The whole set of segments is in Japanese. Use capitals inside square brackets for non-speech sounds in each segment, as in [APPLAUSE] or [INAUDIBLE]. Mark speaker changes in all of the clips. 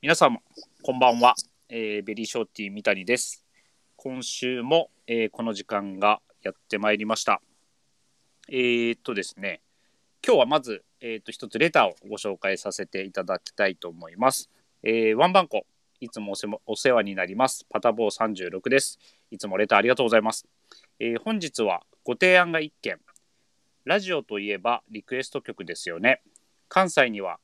Speaker 1: 皆さんこんばんは、えーベリーショーティー三谷です今週も、えーこの時間がやってまいりましたえー、っとですね今日はまず、えーっと一つレターをご紹介させていただきたいと思います、えーワンバンコいつもお世話お世話になりますパタボー36ですいつもレターありがとうございます、えー本日はご提案が1件ラジオといえばリクエスト曲ですよね関西には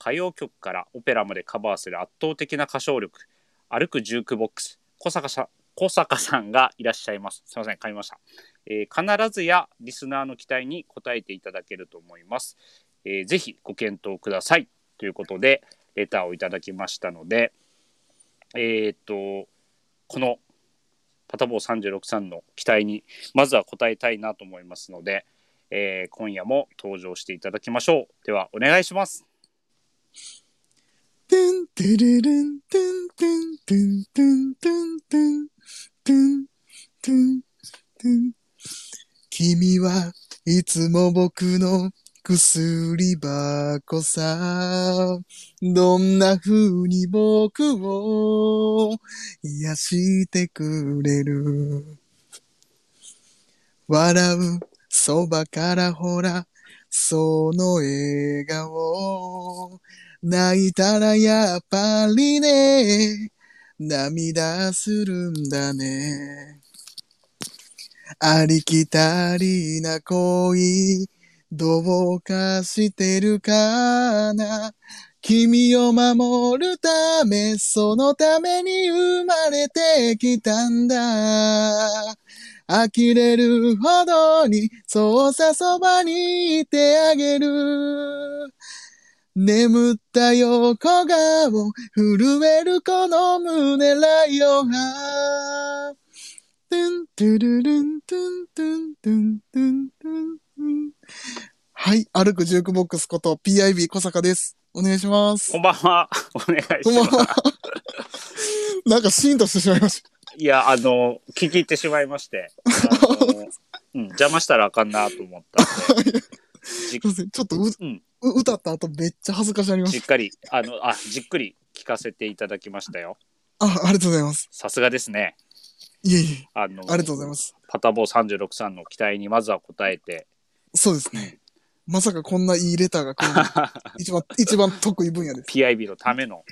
Speaker 1: 歌謡曲からオペラまでカバーする圧倒的な歌唱力歩くジュークボックス小坂さん小坂さんがいらっしゃいますすいません噛みました、えー必ずやリスナーの期待に応えていただけると思います、えーぜひご検討くださいということでレターをいただきましたのでえーっとこのパタボー36さんの期待にまずは応えたいなと思いますので、えー今夜も登場していただきましょうではお願いします
Speaker 2: トゥントゥルルントゥントゥントゥントゥントゥントゥントゥントゥントゥン君はいつも僕の薬箱さどんな風に僕を癒してくれる笑うそばからほらその笑顔泣いたらやっぱりね、涙するんだね。ありきたりな恋、どうかしてるかな。君を守るため、そのために生まれてきたんだ。呆れるほどに、そうさそばにいてあげる。眠った横顔、震えるこの胸ライオンが。トゥントゥルルントゥントゥントゥントゥントゥントゥン。はい、歩くジュークボックスこと PIB 小坂です。お願いします
Speaker 1: こ。んばんは。お願いし
Speaker 2: こんばん
Speaker 1: ます。
Speaker 2: は。 [LAUGHS] なんかシーンとしてしまいました。
Speaker 1: いや、あの、聞き入ってしまいまして。あのうん、邪魔したらあかんなと思ったんで。じ
Speaker 2: すいませんちょっとう、
Speaker 1: うん
Speaker 2: う歌った後めっちゃ恥ずかしな [LAUGHS] りま
Speaker 1: じ
Speaker 2: し
Speaker 1: っかり、あの、あ、じっくり聞かせていただきましたよ。
Speaker 2: た。あ、ありがとうございます。
Speaker 1: さすがですね。
Speaker 2: いえいえ、
Speaker 1: あの、
Speaker 2: ありがとうございます。
Speaker 1: パタボー36さんの期待にまずは応えて。
Speaker 2: そうですね。まさかこんないいレターが来るなんて
Speaker 1: [LAUGHS]
Speaker 2: 一番、一番得意分野です。
Speaker 1: PIB のための。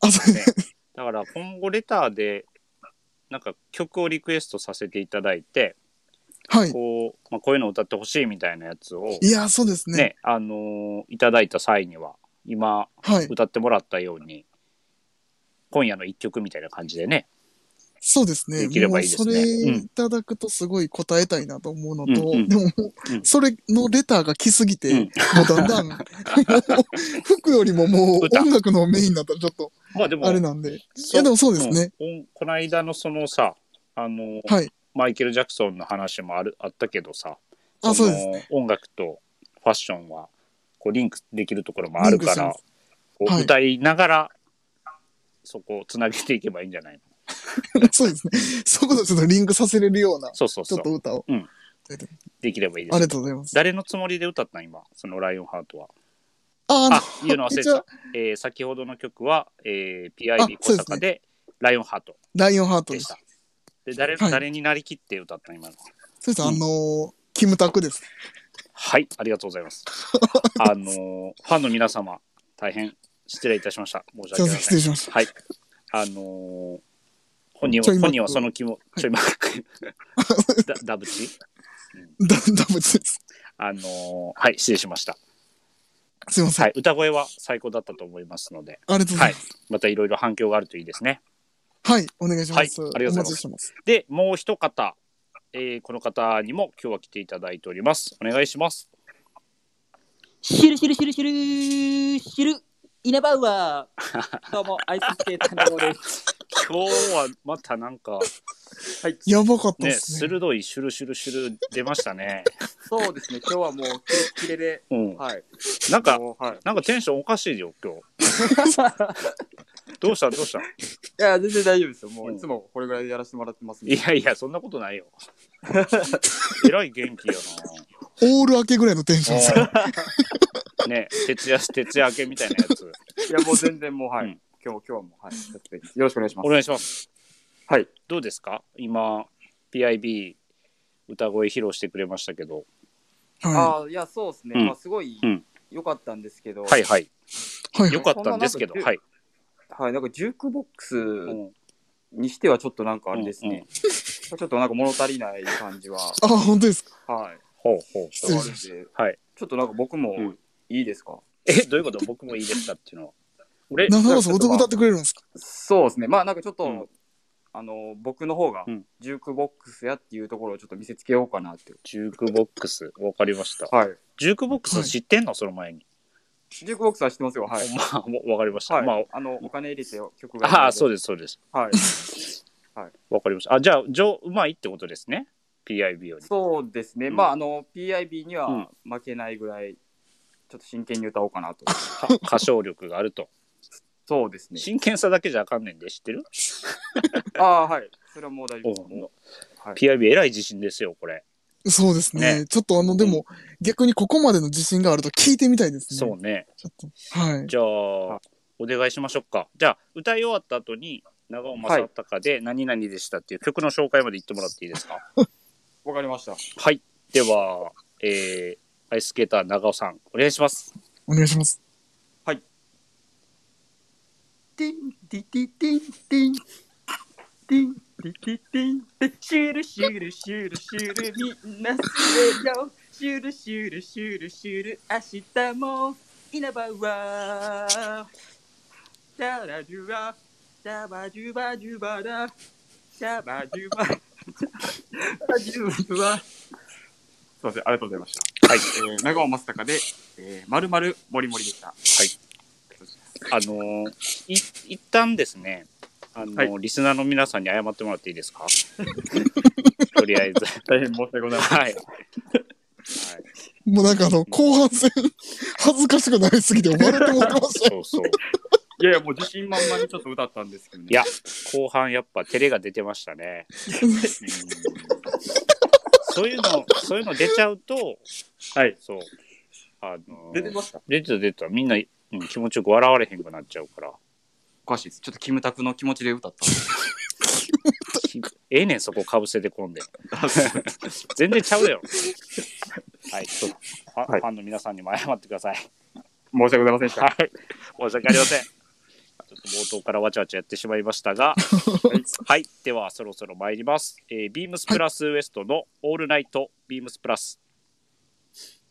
Speaker 2: あ、そう
Speaker 1: ねだから、今後レターで、なんか曲をリクエストさせていただいて、
Speaker 2: はい。
Speaker 1: こう、まあ、こういうのを歌ってほしいみたいなやつを、
Speaker 2: いや、そうですね。
Speaker 1: ね、あのいただいた際には、今、
Speaker 2: はい。
Speaker 1: 歌ってもらったように今夜の一曲みたいな感じでね、
Speaker 2: そうですね。
Speaker 1: できればいいですね
Speaker 2: もうそれ
Speaker 1: うん
Speaker 2: いただくとすごい答えたいなと思うのと、
Speaker 1: うんうん
Speaker 2: でももう
Speaker 1: うん
Speaker 2: それのレターが来すぎて、
Speaker 1: うん
Speaker 2: もうだ
Speaker 1: [LAUGHS]
Speaker 2: んだん、もう服よりももう
Speaker 1: 歌
Speaker 2: 音楽のメインだったらちょっと
Speaker 1: まあでも
Speaker 2: あれなんで。い
Speaker 1: そう
Speaker 2: や、でもそうですね。
Speaker 1: うんこの間のそのさあの、
Speaker 2: はい。
Speaker 1: マイケル・ジャクソンの話もあるあったけどさ
Speaker 2: あ、
Speaker 1: そ
Speaker 2: そう
Speaker 1: の
Speaker 2: です。
Speaker 1: 音楽とファッションはこうリンクできるところもあるか
Speaker 2: リン
Speaker 1: ら
Speaker 2: ク
Speaker 1: こう
Speaker 2: はい
Speaker 1: 歌いながら、そこをつなげていけばいいんじゃないの
Speaker 2: [LAUGHS] そうですね。そことちょっとリンクさせれるような、
Speaker 1: そうそう
Speaker 2: ち
Speaker 1: そ
Speaker 2: ょっと
Speaker 1: う
Speaker 2: 歌を。
Speaker 1: うんできればいいで
Speaker 2: あり
Speaker 1: す
Speaker 2: がとうございます。
Speaker 1: 誰のつもりで歌ったん今その「ライオンハートは」
Speaker 2: あ、
Speaker 1: あ
Speaker 2: あ
Speaker 1: 言うの忘れて
Speaker 2: 一応
Speaker 1: た、えー先ほどの曲は、えー
Speaker 2: あ
Speaker 1: PIB 小
Speaker 2: そうです
Speaker 1: 坂
Speaker 2: ね
Speaker 1: で「ライオンハート」
Speaker 2: ライオンハート
Speaker 1: でし
Speaker 2: でした
Speaker 1: た。。で誰,、
Speaker 2: はい
Speaker 1: 誰になりきって歌ったの今の。
Speaker 2: そうです。
Speaker 1: うん
Speaker 2: あのー、キムタクです。
Speaker 1: はい、ありがとうござい
Speaker 2: [LAUGHS]
Speaker 1: ます。あのーファンの皆様、大変失礼いたしました。申し
Speaker 2: す
Speaker 1: 訳
Speaker 2: い
Speaker 1: ありま
Speaker 2: ません、失
Speaker 1: せん。
Speaker 2: 礼しました。 [LAUGHS]
Speaker 1: はい。あのー本人
Speaker 2: ちょ
Speaker 1: はい
Speaker 2: マック
Speaker 1: 本人はその気も、ちょいまく、
Speaker 2: [LAUGHS]
Speaker 1: だダブチ
Speaker 2: ダダブチです。
Speaker 1: あのーはい、失礼しました。
Speaker 2: すいません。
Speaker 1: はい、歌声は最高だったと思いますので、
Speaker 2: ありがとうございます。
Speaker 1: またいろいろ反響があるといいですね。
Speaker 2: はい、お願いします。
Speaker 1: はいありがとうございます
Speaker 2: お待ちしてます。
Speaker 1: で、もう一方、えーこの方にも今日は来ていただいております。お願いします。
Speaker 3: シュルシュルシュルシュルシュルイナバウアーどうもアイススケーターのようです
Speaker 1: 今日はまたなんか、
Speaker 2: やばかった
Speaker 1: ね、
Speaker 2: ですね。
Speaker 1: 鋭いシュルシュルシュル出ましたね。
Speaker 3: そうですね今日はもうキレッキレで
Speaker 1: [LAUGHS] うん。
Speaker 3: はい
Speaker 1: なんか、
Speaker 3: もうはい
Speaker 1: なんかテンションおかしいよ、今日。 [LAUGHS] どうしたどうした
Speaker 3: いや全然大丈夫ですよも
Speaker 1: う
Speaker 3: うんいつもこれぐらいでやらせてもらってますんで
Speaker 1: いやいや、そんなことないよ。 [LAUGHS] えらい元気や
Speaker 2: オール明けぐらいのテンションで
Speaker 1: [LAUGHS]
Speaker 2: す。
Speaker 1: な。ね、徹夜、徹夜明けみたいなやつ。
Speaker 3: いやもう全然もうはい、
Speaker 1: うん
Speaker 4: 今日、今日も、はい、よろしくお願いします。
Speaker 1: お願いします。
Speaker 4: はい。
Speaker 1: どうですか今、PIB 歌声披露してくれましたけど。
Speaker 2: は
Speaker 4: ああ、いや、そうですね。
Speaker 1: うん
Speaker 4: まあ、すごい
Speaker 1: うん
Speaker 4: 良かったんですけど、
Speaker 1: はいはい。
Speaker 2: い。
Speaker 4: [LAUGHS]
Speaker 2: はい。
Speaker 1: よかったんですけど。
Speaker 4: こんな
Speaker 1: はい。
Speaker 4: はい、なんかジュークボックス
Speaker 1: うん
Speaker 4: にしてはちょっとなんかあれですね、
Speaker 1: うんうん
Speaker 4: ちょっとなんか物足りない感じは、
Speaker 2: あ、本当ですか。
Speaker 4: はい、
Speaker 1: ほうほう
Speaker 4: ちょっとあるん
Speaker 2: 失
Speaker 4: で、
Speaker 1: はい。
Speaker 4: ちょっとなんか僕も
Speaker 1: うん
Speaker 4: いいですか、
Speaker 1: え、どういうこと僕もいいですかっていうのは。俺、
Speaker 2: 中川さん、歌歌ってくれるんですか
Speaker 4: そうですね、まあなんかちょっと、
Speaker 1: うん
Speaker 4: あの僕の方が
Speaker 1: うん
Speaker 4: ジュークボックスやっていうところをちょっと見せつけようかなって。
Speaker 1: ジュークボックス。わかりました。
Speaker 4: はい。
Speaker 1: ジュークボックス知ってんのその前に。
Speaker 4: ジュークボックスは知ってますよ、はい。
Speaker 1: まあ、 [LAUGHS] わわかりました。
Speaker 4: はい、
Speaker 1: まあ、
Speaker 4: あのお金入れてよ曲が。
Speaker 1: ああ、そう
Speaker 4: で
Speaker 1: です、そうです。
Speaker 4: す。はい。
Speaker 1: わかりました。あ、じゃあ、上うまいってことですね。PIB より。
Speaker 4: そうですね、
Speaker 1: うん
Speaker 4: まああの PIB に
Speaker 1: う
Speaker 4: は
Speaker 1: ん
Speaker 4: 負けないぐらい、ちょっと真剣に歌おうかなと。 [LAUGHS]
Speaker 1: か歌唱力があると。
Speaker 4: そうですね。
Speaker 1: 真剣さだけじゃあかんねんで、知ってる
Speaker 4: ああ、はい。それはもう大丈夫です。
Speaker 1: うん
Speaker 4: はい
Speaker 1: ?PIB えらい自信ですよ、これ。
Speaker 2: そうですね。ちょっとあの、でも、逆にここまでの自信があると聞いてみたいですね。
Speaker 1: そうね。
Speaker 2: ちょっと。はい。
Speaker 1: じゃあ、
Speaker 4: は
Speaker 1: お願いしましょうか。じゃあ、歌い終わった後に、長尾正隆で何々でしたっていう曲の紹介まで言ってもらっていいですか。はい。
Speaker 4: わかりました。
Speaker 1: では、えー、アイススケーター長尾さん、お願いします。
Speaker 2: お願いします。
Speaker 4: ティンティティティンティンティンティティティン
Speaker 3: シュルシュルシュルシュルみんなすれよシュルシュルシュルシュル明日も稲葉はダラジュラダバジュバジュバダダバジュバダジュバ
Speaker 4: すいません、ありがとうございました。
Speaker 1: はい。
Speaker 4: えー、長尾正隆で、えー、まるまるもりもりでした。
Speaker 1: あのーい、一旦ですね、あのーリスナーの皆さんに謝ってもらっていいですか [LAUGHS] とりあえず。 [LAUGHS]
Speaker 4: 大変申し訳ございません。
Speaker 1: はい。
Speaker 2: もうなんかあの、後半戦、恥ずかしくなりすぎて、笑ってもらっ
Speaker 1: [LAUGHS]
Speaker 2: てました。
Speaker 1: そうそう。
Speaker 4: いやいや、もう自信満々にちょっと歌ったんですけどね。
Speaker 1: いや、後半やっぱ照れが出てましたね。
Speaker 4: うん、
Speaker 1: そういうの、そういうの出ちゃうと、
Speaker 4: はい。
Speaker 1: そう。あのー
Speaker 4: 出てました。
Speaker 1: 出てた出てた。みんな、うん気持ちよく笑われへんくなっちゃうから。
Speaker 4: おかしいです。ちょっとキムタクの気持ちで歌ったんで。
Speaker 1: ええねん、そこかぶせて [LAUGHS] こんで。全然ちゃうだよ。はい、ちょっとファ,、
Speaker 4: はい
Speaker 1: ファンの皆さんにも謝ってください。
Speaker 4: 申し訳ございませんでした。
Speaker 1: はい。申し訳ありません。ちょっと冒頭からわちゃわちゃやってしまいましたが、はい、はいではそろそろ参ります。えー、ビームスプラスウエストのオールナイトビームスプラス。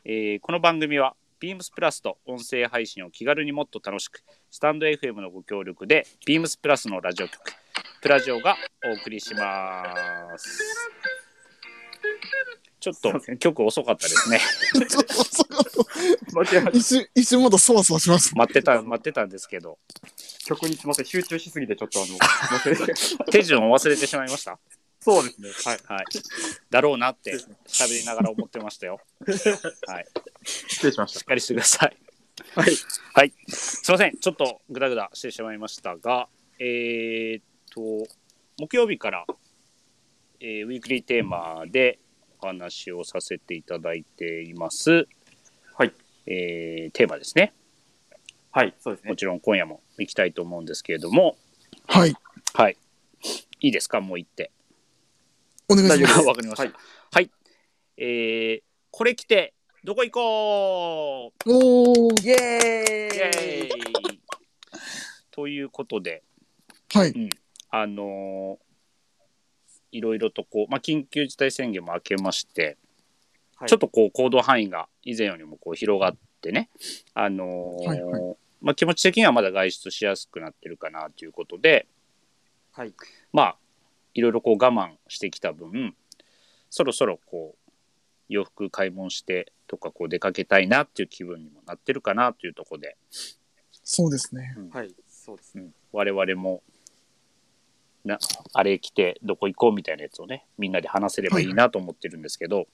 Speaker 1: えーこの番組はビームスプラスと音声配信を気軽にもっと楽しく、スタンド FM のご協力でビームスプラスのラジオ局プラジオがお送りします。ちょっと曲遅かったですね。
Speaker 2: ちょっとそう
Speaker 4: 間違いない
Speaker 2: 一瞬、一瞬まだそわそわしました。
Speaker 1: 待って
Speaker 4: [LAUGHS]
Speaker 1: た待ってたんですけど、
Speaker 4: 曲にすみません、集中しすぎてちょっとあの、申
Speaker 1: [LAUGHS]
Speaker 4: し訳ない
Speaker 1: 手順を忘れてしまいました。
Speaker 4: そうですね。はい。
Speaker 1: はい、だろうなって喋りながら思ってましたよ。はい、
Speaker 4: 失礼しまし
Speaker 1: しっかりしてください。
Speaker 4: た。はい。
Speaker 1: はい、すいません、ちょっとグダグダしてしまいましたが、えーっと、木曜日から、えーウィークリーテーマでお話をさせていただいています。
Speaker 4: はい。
Speaker 1: えーテーマですね。
Speaker 4: はい、そうですね
Speaker 1: も。ちろん今夜も行きたいと思うんですけれども、
Speaker 2: はい。
Speaker 1: はい。いいですか、もう行って。
Speaker 2: お願いしま
Speaker 1: 大
Speaker 2: す
Speaker 1: 丈。夫わかりました
Speaker 4: はい。
Speaker 1: はい。えーこれ着て、どこ行こう
Speaker 2: おー。
Speaker 3: イエ
Speaker 1: イ
Speaker 3: ー
Speaker 1: エ
Speaker 3: イ
Speaker 1: ーイということで、
Speaker 2: はい。
Speaker 1: あのーいろいろとこう、まあ、緊急事態宣言も明けまして、
Speaker 4: はい
Speaker 1: ちょっとこう行動範囲が以前よりもこう広がってね、あのー
Speaker 2: はいは
Speaker 1: まあ、気持ち的にはまだ外出しやすくなってるかなということで、
Speaker 4: はい。
Speaker 1: まあ、いろいろこう我慢してきた分、そろそろこう、洋服買い物してとかこう出かけたいなっていう気分にもなってるかなというところで、
Speaker 2: そうですね。
Speaker 4: はい、そうです
Speaker 1: う
Speaker 4: ね。
Speaker 1: ん、我々もなあれ着てどこ行こうみたいなやつをねみんなで話せればいいなと思ってるんですけど、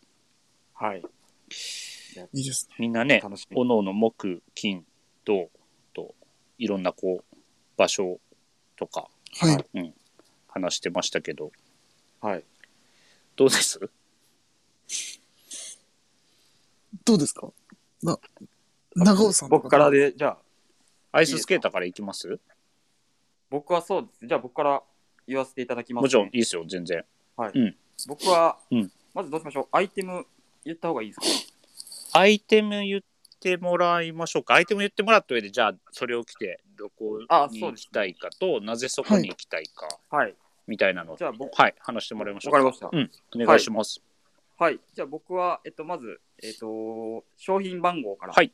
Speaker 4: はい。
Speaker 2: いいですね。
Speaker 1: みんなね
Speaker 4: 楽しみ。
Speaker 1: おのおの木金銅といろんなこう場所とか
Speaker 2: はい。
Speaker 1: 話してましたけど
Speaker 4: はい。
Speaker 1: どうです
Speaker 2: どうですかな、長尾さん。
Speaker 4: 僕から。で、じゃあ、
Speaker 1: アイススケーターから行きます
Speaker 4: 僕はそうですね。じゃあ僕から言わせていただきます、
Speaker 1: もちろんいいですよ、全然。
Speaker 4: 僕は、
Speaker 1: うん
Speaker 4: まずどうしましょう。アイテム言った方がいいですか
Speaker 1: アイテム言ってもらいましょうか。アイテム言ってもらった上で、じゃあ、それを着て、どこに
Speaker 4: あそう
Speaker 1: 行
Speaker 4: です
Speaker 1: きたいかと、なぜそこに行きたいか、
Speaker 4: はい。
Speaker 1: みたいなのを
Speaker 4: じゃあ僕、
Speaker 1: はい、話してもらいましょう
Speaker 4: わかりました
Speaker 1: うん、お願いします。
Speaker 4: はい。じゃあ僕は、えっと、まず、えっと、商品番号から、
Speaker 1: はい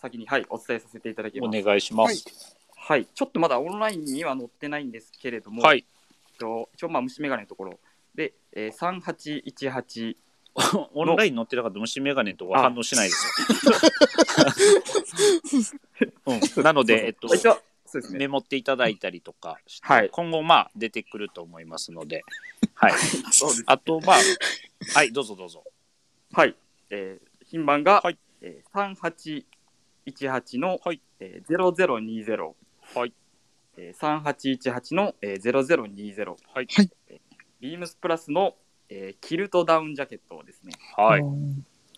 Speaker 4: 先に、はい、お伝えさせていただきます。
Speaker 1: お願いします。
Speaker 4: はい。ちょっとまだオンラインには載ってないんですけれども、
Speaker 1: はい。
Speaker 4: えっと、一応、まあ、虫眼鏡のところ。で、えー、3818。
Speaker 1: オンライン載ってなかったら虫眼鏡とか反応しないです
Speaker 2: [LAUGHS]
Speaker 1: よ。うん、なので、えっと、
Speaker 4: 一応、そうですね。
Speaker 1: メモっていただいたりとかして、
Speaker 4: はい
Speaker 1: 今後、まあ、出てくると思いますので、はい。
Speaker 4: そうです
Speaker 1: あと、まあ、はい、どうぞどうぞ。
Speaker 4: はい。えー、品番が、
Speaker 1: はい
Speaker 4: えー、3818の、
Speaker 1: はい
Speaker 4: えー、0020。
Speaker 1: はい。
Speaker 4: えー、3818の、えー、0020。
Speaker 1: はい。
Speaker 2: はい
Speaker 4: えービームスプラスの、えー、キルトダウンジャケットですね。
Speaker 1: はい。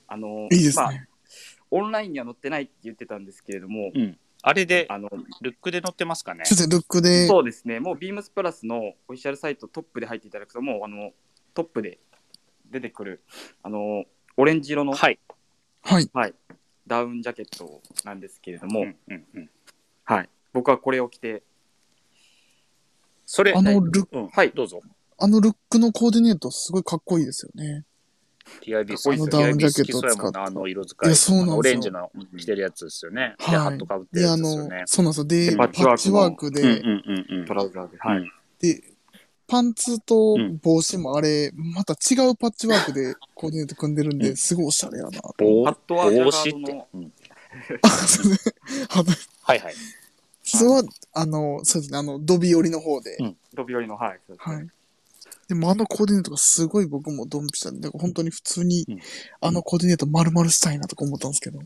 Speaker 4: あのー
Speaker 2: いいです
Speaker 4: まあ、
Speaker 2: ね。
Speaker 4: オンラインには載ってないって言ってたんですけれども、
Speaker 1: うん。あれで、
Speaker 4: あの
Speaker 1: ルックで載ってますかね
Speaker 2: ちょっとルックで、
Speaker 4: そうですね、もうビームスプラスのオフィシャルサイトトップで入っていただくと、もうあのトップで出てくる、あのーオレンジ色の、
Speaker 1: はい。
Speaker 2: はい。
Speaker 4: はい、ダウンジャケットなんですけれども、
Speaker 1: うんうんうん。
Speaker 4: はい、僕はこれを着て、
Speaker 1: それ、
Speaker 2: あのルッ
Speaker 1: うん、
Speaker 4: はい
Speaker 1: どうぞ。
Speaker 2: あのルックのコーディネートすごいかっこいいですよね。
Speaker 1: TIB
Speaker 4: かっこいいですよ
Speaker 1: 好
Speaker 2: ダウンジャ
Speaker 1: き
Speaker 2: ケットを
Speaker 1: そうやもん
Speaker 2: 使
Speaker 1: な、
Speaker 2: っ
Speaker 1: あ
Speaker 2: た
Speaker 1: の色使い。
Speaker 2: いやそうなんですよ
Speaker 1: オレンジの着てるやつですよね。で、
Speaker 2: はい
Speaker 1: ハットかぶってる
Speaker 2: で、
Speaker 1: や
Speaker 2: あ
Speaker 1: つです
Speaker 2: の
Speaker 1: よね、。
Speaker 2: そうなんですよ。で、
Speaker 4: で
Speaker 2: パ
Speaker 4: パ
Speaker 2: ッ
Speaker 4: ッ
Speaker 2: チ
Speaker 4: チ
Speaker 2: ワ
Speaker 4: ワ
Speaker 2: ー
Speaker 4: ー
Speaker 2: ク
Speaker 1: うんう
Speaker 2: で、
Speaker 1: んうんうん
Speaker 4: ト。ラウザーで、
Speaker 1: は
Speaker 4: はいい。
Speaker 2: で、パンツと
Speaker 1: うん
Speaker 2: 帽子もあれ、また違うパッチワークでコーディネート組んでるん
Speaker 1: う
Speaker 2: で、
Speaker 1: ん
Speaker 2: すごいおしゃれやな。
Speaker 1: 帽
Speaker 4: ハットはジャガ
Speaker 1: 帽子っ
Speaker 4: ード
Speaker 1: て
Speaker 4: の、
Speaker 1: うん
Speaker 2: あ、 [LAUGHS] そうですね。あの
Speaker 1: はいはい。
Speaker 2: それは、あの、そうですね、あの、ドビ寄りの方で
Speaker 1: うん。
Speaker 4: 飛び降りの、はい、そうですね
Speaker 2: はい。でもあのコーディネートがすごい僕もドンピシャで、だから本当に普通に
Speaker 1: うん
Speaker 2: あのコーディネート丸々したいなとか思ったんですけど。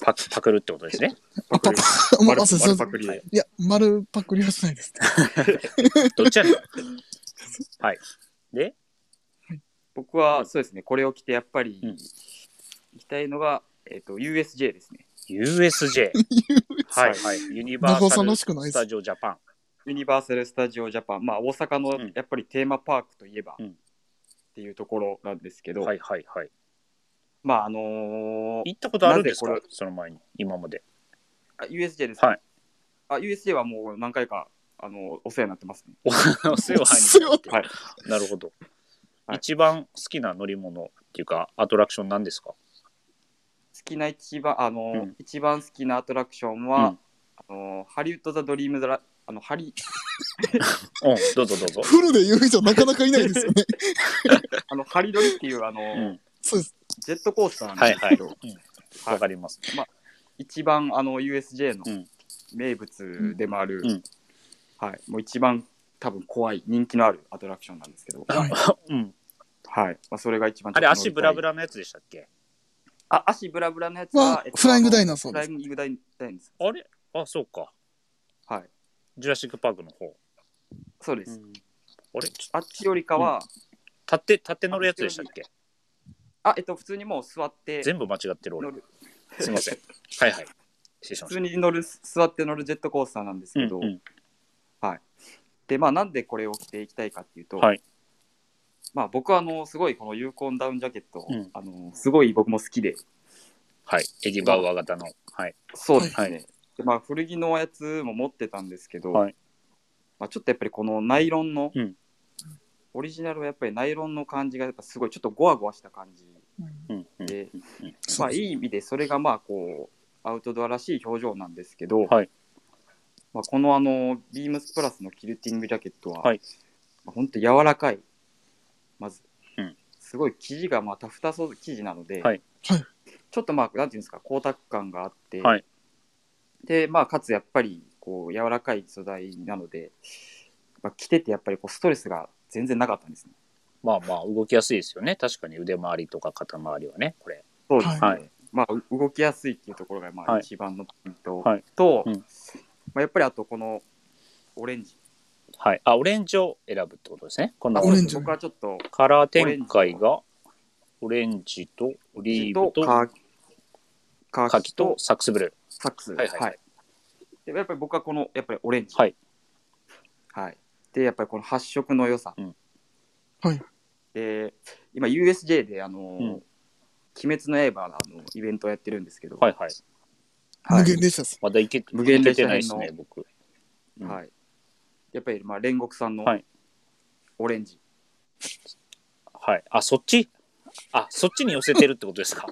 Speaker 1: パクパクるってことですね。
Speaker 2: あ、パパ、ま
Speaker 4: 丸
Speaker 2: あ、そうそう
Speaker 4: 丸パクリ
Speaker 1: はい
Speaker 2: いや、丸パクリはしないです。
Speaker 1: どっちやねん。はい。で、
Speaker 4: 僕は、そうですね、これを着て、やっぱり、
Speaker 1: うん
Speaker 4: 行きたいのが、えっ、と、USJ ですね。
Speaker 1: USJ。はいはい。ユニバー
Speaker 2: 中尾
Speaker 1: サ
Speaker 2: さん
Speaker 1: ル
Speaker 2: らしくないで
Speaker 1: ス
Speaker 2: す
Speaker 1: タジオジャパン。
Speaker 4: ユニバーサル・スタジオ・ジャパン、まあ、大阪の
Speaker 1: うん
Speaker 4: やっぱりテーマパークといえば、
Speaker 1: うん
Speaker 4: っていうところなんですけど、
Speaker 1: はいはいはい。
Speaker 4: まあ、あのー
Speaker 1: 行ったことあるんですか
Speaker 4: なぜ
Speaker 1: その前に、今まで。
Speaker 4: あ USJ ですか、
Speaker 1: はい
Speaker 4: あ USJ はもう何回か、あのお世話になってますね。
Speaker 1: お世話
Speaker 2: 世
Speaker 1: に
Speaker 2: 話
Speaker 1: なって
Speaker 4: はい
Speaker 1: なるほど。
Speaker 4: はい
Speaker 1: 一番好きな乗り物っていうか、アトラクションなんですか
Speaker 4: 好きな一番、あのー
Speaker 1: うん
Speaker 4: 一番好きなアトラクションは、あのーハリウッド・ザ・ドリーム・ザ・ラあのハリ
Speaker 1: うん、どうぞどうぞ。
Speaker 2: フルで言う人なかなかいないですよね。
Speaker 4: あのハリドリっていう、あのー
Speaker 1: うん
Speaker 2: そうです。
Speaker 4: ジェットコースターなん
Speaker 1: はい
Speaker 4: です
Speaker 1: は
Speaker 4: け
Speaker 1: い。
Speaker 4: ど、
Speaker 1: うんわかります。
Speaker 4: 一番あの USJ の
Speaker 1: うん
Speaker 4: 名物でもある、
Speaker 1: うん
Speaker 4: はい、もう一番多分怖い人気のあるアトラクションなんですけど、
Speaker 2: はい
Speaker 1: うん。
Speaker 4: はいまあ、それが一番
Speaker 1: あれ、足ブラブ
Speaker 4: ラ
Speaker 1: ラのやつでしたっけ
Speaker 4: あ足ブラブラのやつ
Speaker 2: は
Speaker 4: は、えっと
Speaker 2: フライングダイナソー
Speaker 4: フラ
Speaker 2: で
Speaker 4: イ
Speaker 2: す。
Speaker 4: ングダイナです
Speaker 1: あれあ、そうか。
Speaker 4: はい
Speaker 1: ジュラシック・パークの方。
Speaker 4: そうです、
Speaker 1: あれちょ
Speaker 4: あっちよりかは、
Speaker 1: 立って、立って乗るやつでしたっけ
Speaker 4: あえっと普通にもう座って
Speaker 1: 全部間違ってる
Speaker 4: 乗
Speaker 1: 俺。
Speaker 4: る
Speaker 1: すいません。はいはい。失礼しまし
Speaker 4: 普通に乗る座って乗るジェットコースターなんです
Speaker 1: た。
Speaker 4: けど、
Speaker 1: うんうん
Speaker 4: でまあなんでこれを着ていきたいかっていうと、
Speaker 1: はい
Speaker 4: まあ僕はあのすごいこのユーコンダウンジャケット、
Speaker 1: うん
Speaker 4: あのすごい僕も好きで
Speaker 1: はい。エディ・バウアー型の。はい。
Speaker 4: そうですね。
Speaker 1: はい
Speaker 4: でまあ、古着のやつも持ってたんですけど、
Speaker 1: はい
Speaker 4: まあ、ちょっとやっぱりこのナイロンの、
Speaker 1: うん
Speaker 4: オリジナルはやっぱりナイロンの感じがやっぱすごいちょっとゴワゴワした感じ
Speaker 1: うんうん
Speaker 4: で、
Speaker 1: うん
Speaker 4: まあ、いい意味でそれがまあこうアウトドアらしい表情なんですけど、
Speaker 1: はい
Speaker 4: まあ、このあのビームスプラスのキルティングジャケットは、
Speaker 1: はい
Speaker 4: まあ、本当柔らかいまず、
Speaker 1: うん
Speaker 4: すごい生地がまあタフタソ生地なので、
Speaker 1: はい
Speaker 2: はい
Speaker 4: ちょっとまあなんていうんですか光沢感があって、
Speaker 1: はい
Speaker 4: でまあかつやっぱりこう柔らかい素材なので、まあ、着ててやっぱりこうストレスが全然なかったんですね。
Speaker 1: まあまあ、動きやすいですよね。確かに腕回りとか肩回りはね、これ。
Speaker 4: そうですね。
Speaker 1: はい
Speaker 4: まあ、う動きやすいっていうところがま
Speaker 1: は
Speaker 4: あ
Speaker 1: い
Speaker 4: 一番のポイント
Speaker 1: はい
Speaker 4: と、
Speaker 1: うん
Speaker 4: まあ、やっぱりあとこのオレンジ。
Speaker 1: はい。あ、オレンジを選ぶってことですね。こんな
Speaker 2: オレンジ
Speaker 4: 僕はちょっと、
Speaker 1: カラー展開が、オレンジとオリーブと
Speaker 4: カカー
Speaker 1: カ
Speaker 4: キ
Speaker 1: キと
Speaker 4: と
Speaker 1: サックスブルー。
Speaker 4: サックス。
Speaker 1: はいはいはい
Speaker 4: でやっぱり僕はこの、やっぱりオレンジ。
Speaker 1: はい
Speaker 4: はい、でやっぱりこの発色の良さ、
Speaker 1: うん
Speaker 2: はい
Speaker 4: で今 USJ であの、
Speaker 1: ん
Speaker 4: 鬼滅の刃のあのイベントをやってるんですけど、
Speaker 1: はいはい。
Speaker 4: は
Speaker 2: 無
Speaker 4: い
Speaker 2: 限列車です。
Speaker 1: まだいけ
Speaker 4: 無
Speaker 1: い
Speaker 4: 限
Speaker 1: け
Speaker 4: 列車
Speaker 1: てない
Speaker 4: 編
Speaker 1: です
Speaker 4: の
Speaker 1: ね、僕。うん
Speaker 4: はい、やっぱり、まあ、煉獄さんの
Speaker 1: はい
Speaker 4: オレンジ、
Speaker 1: はい。あ、そっちあ、そっちに寄せてるってことですか。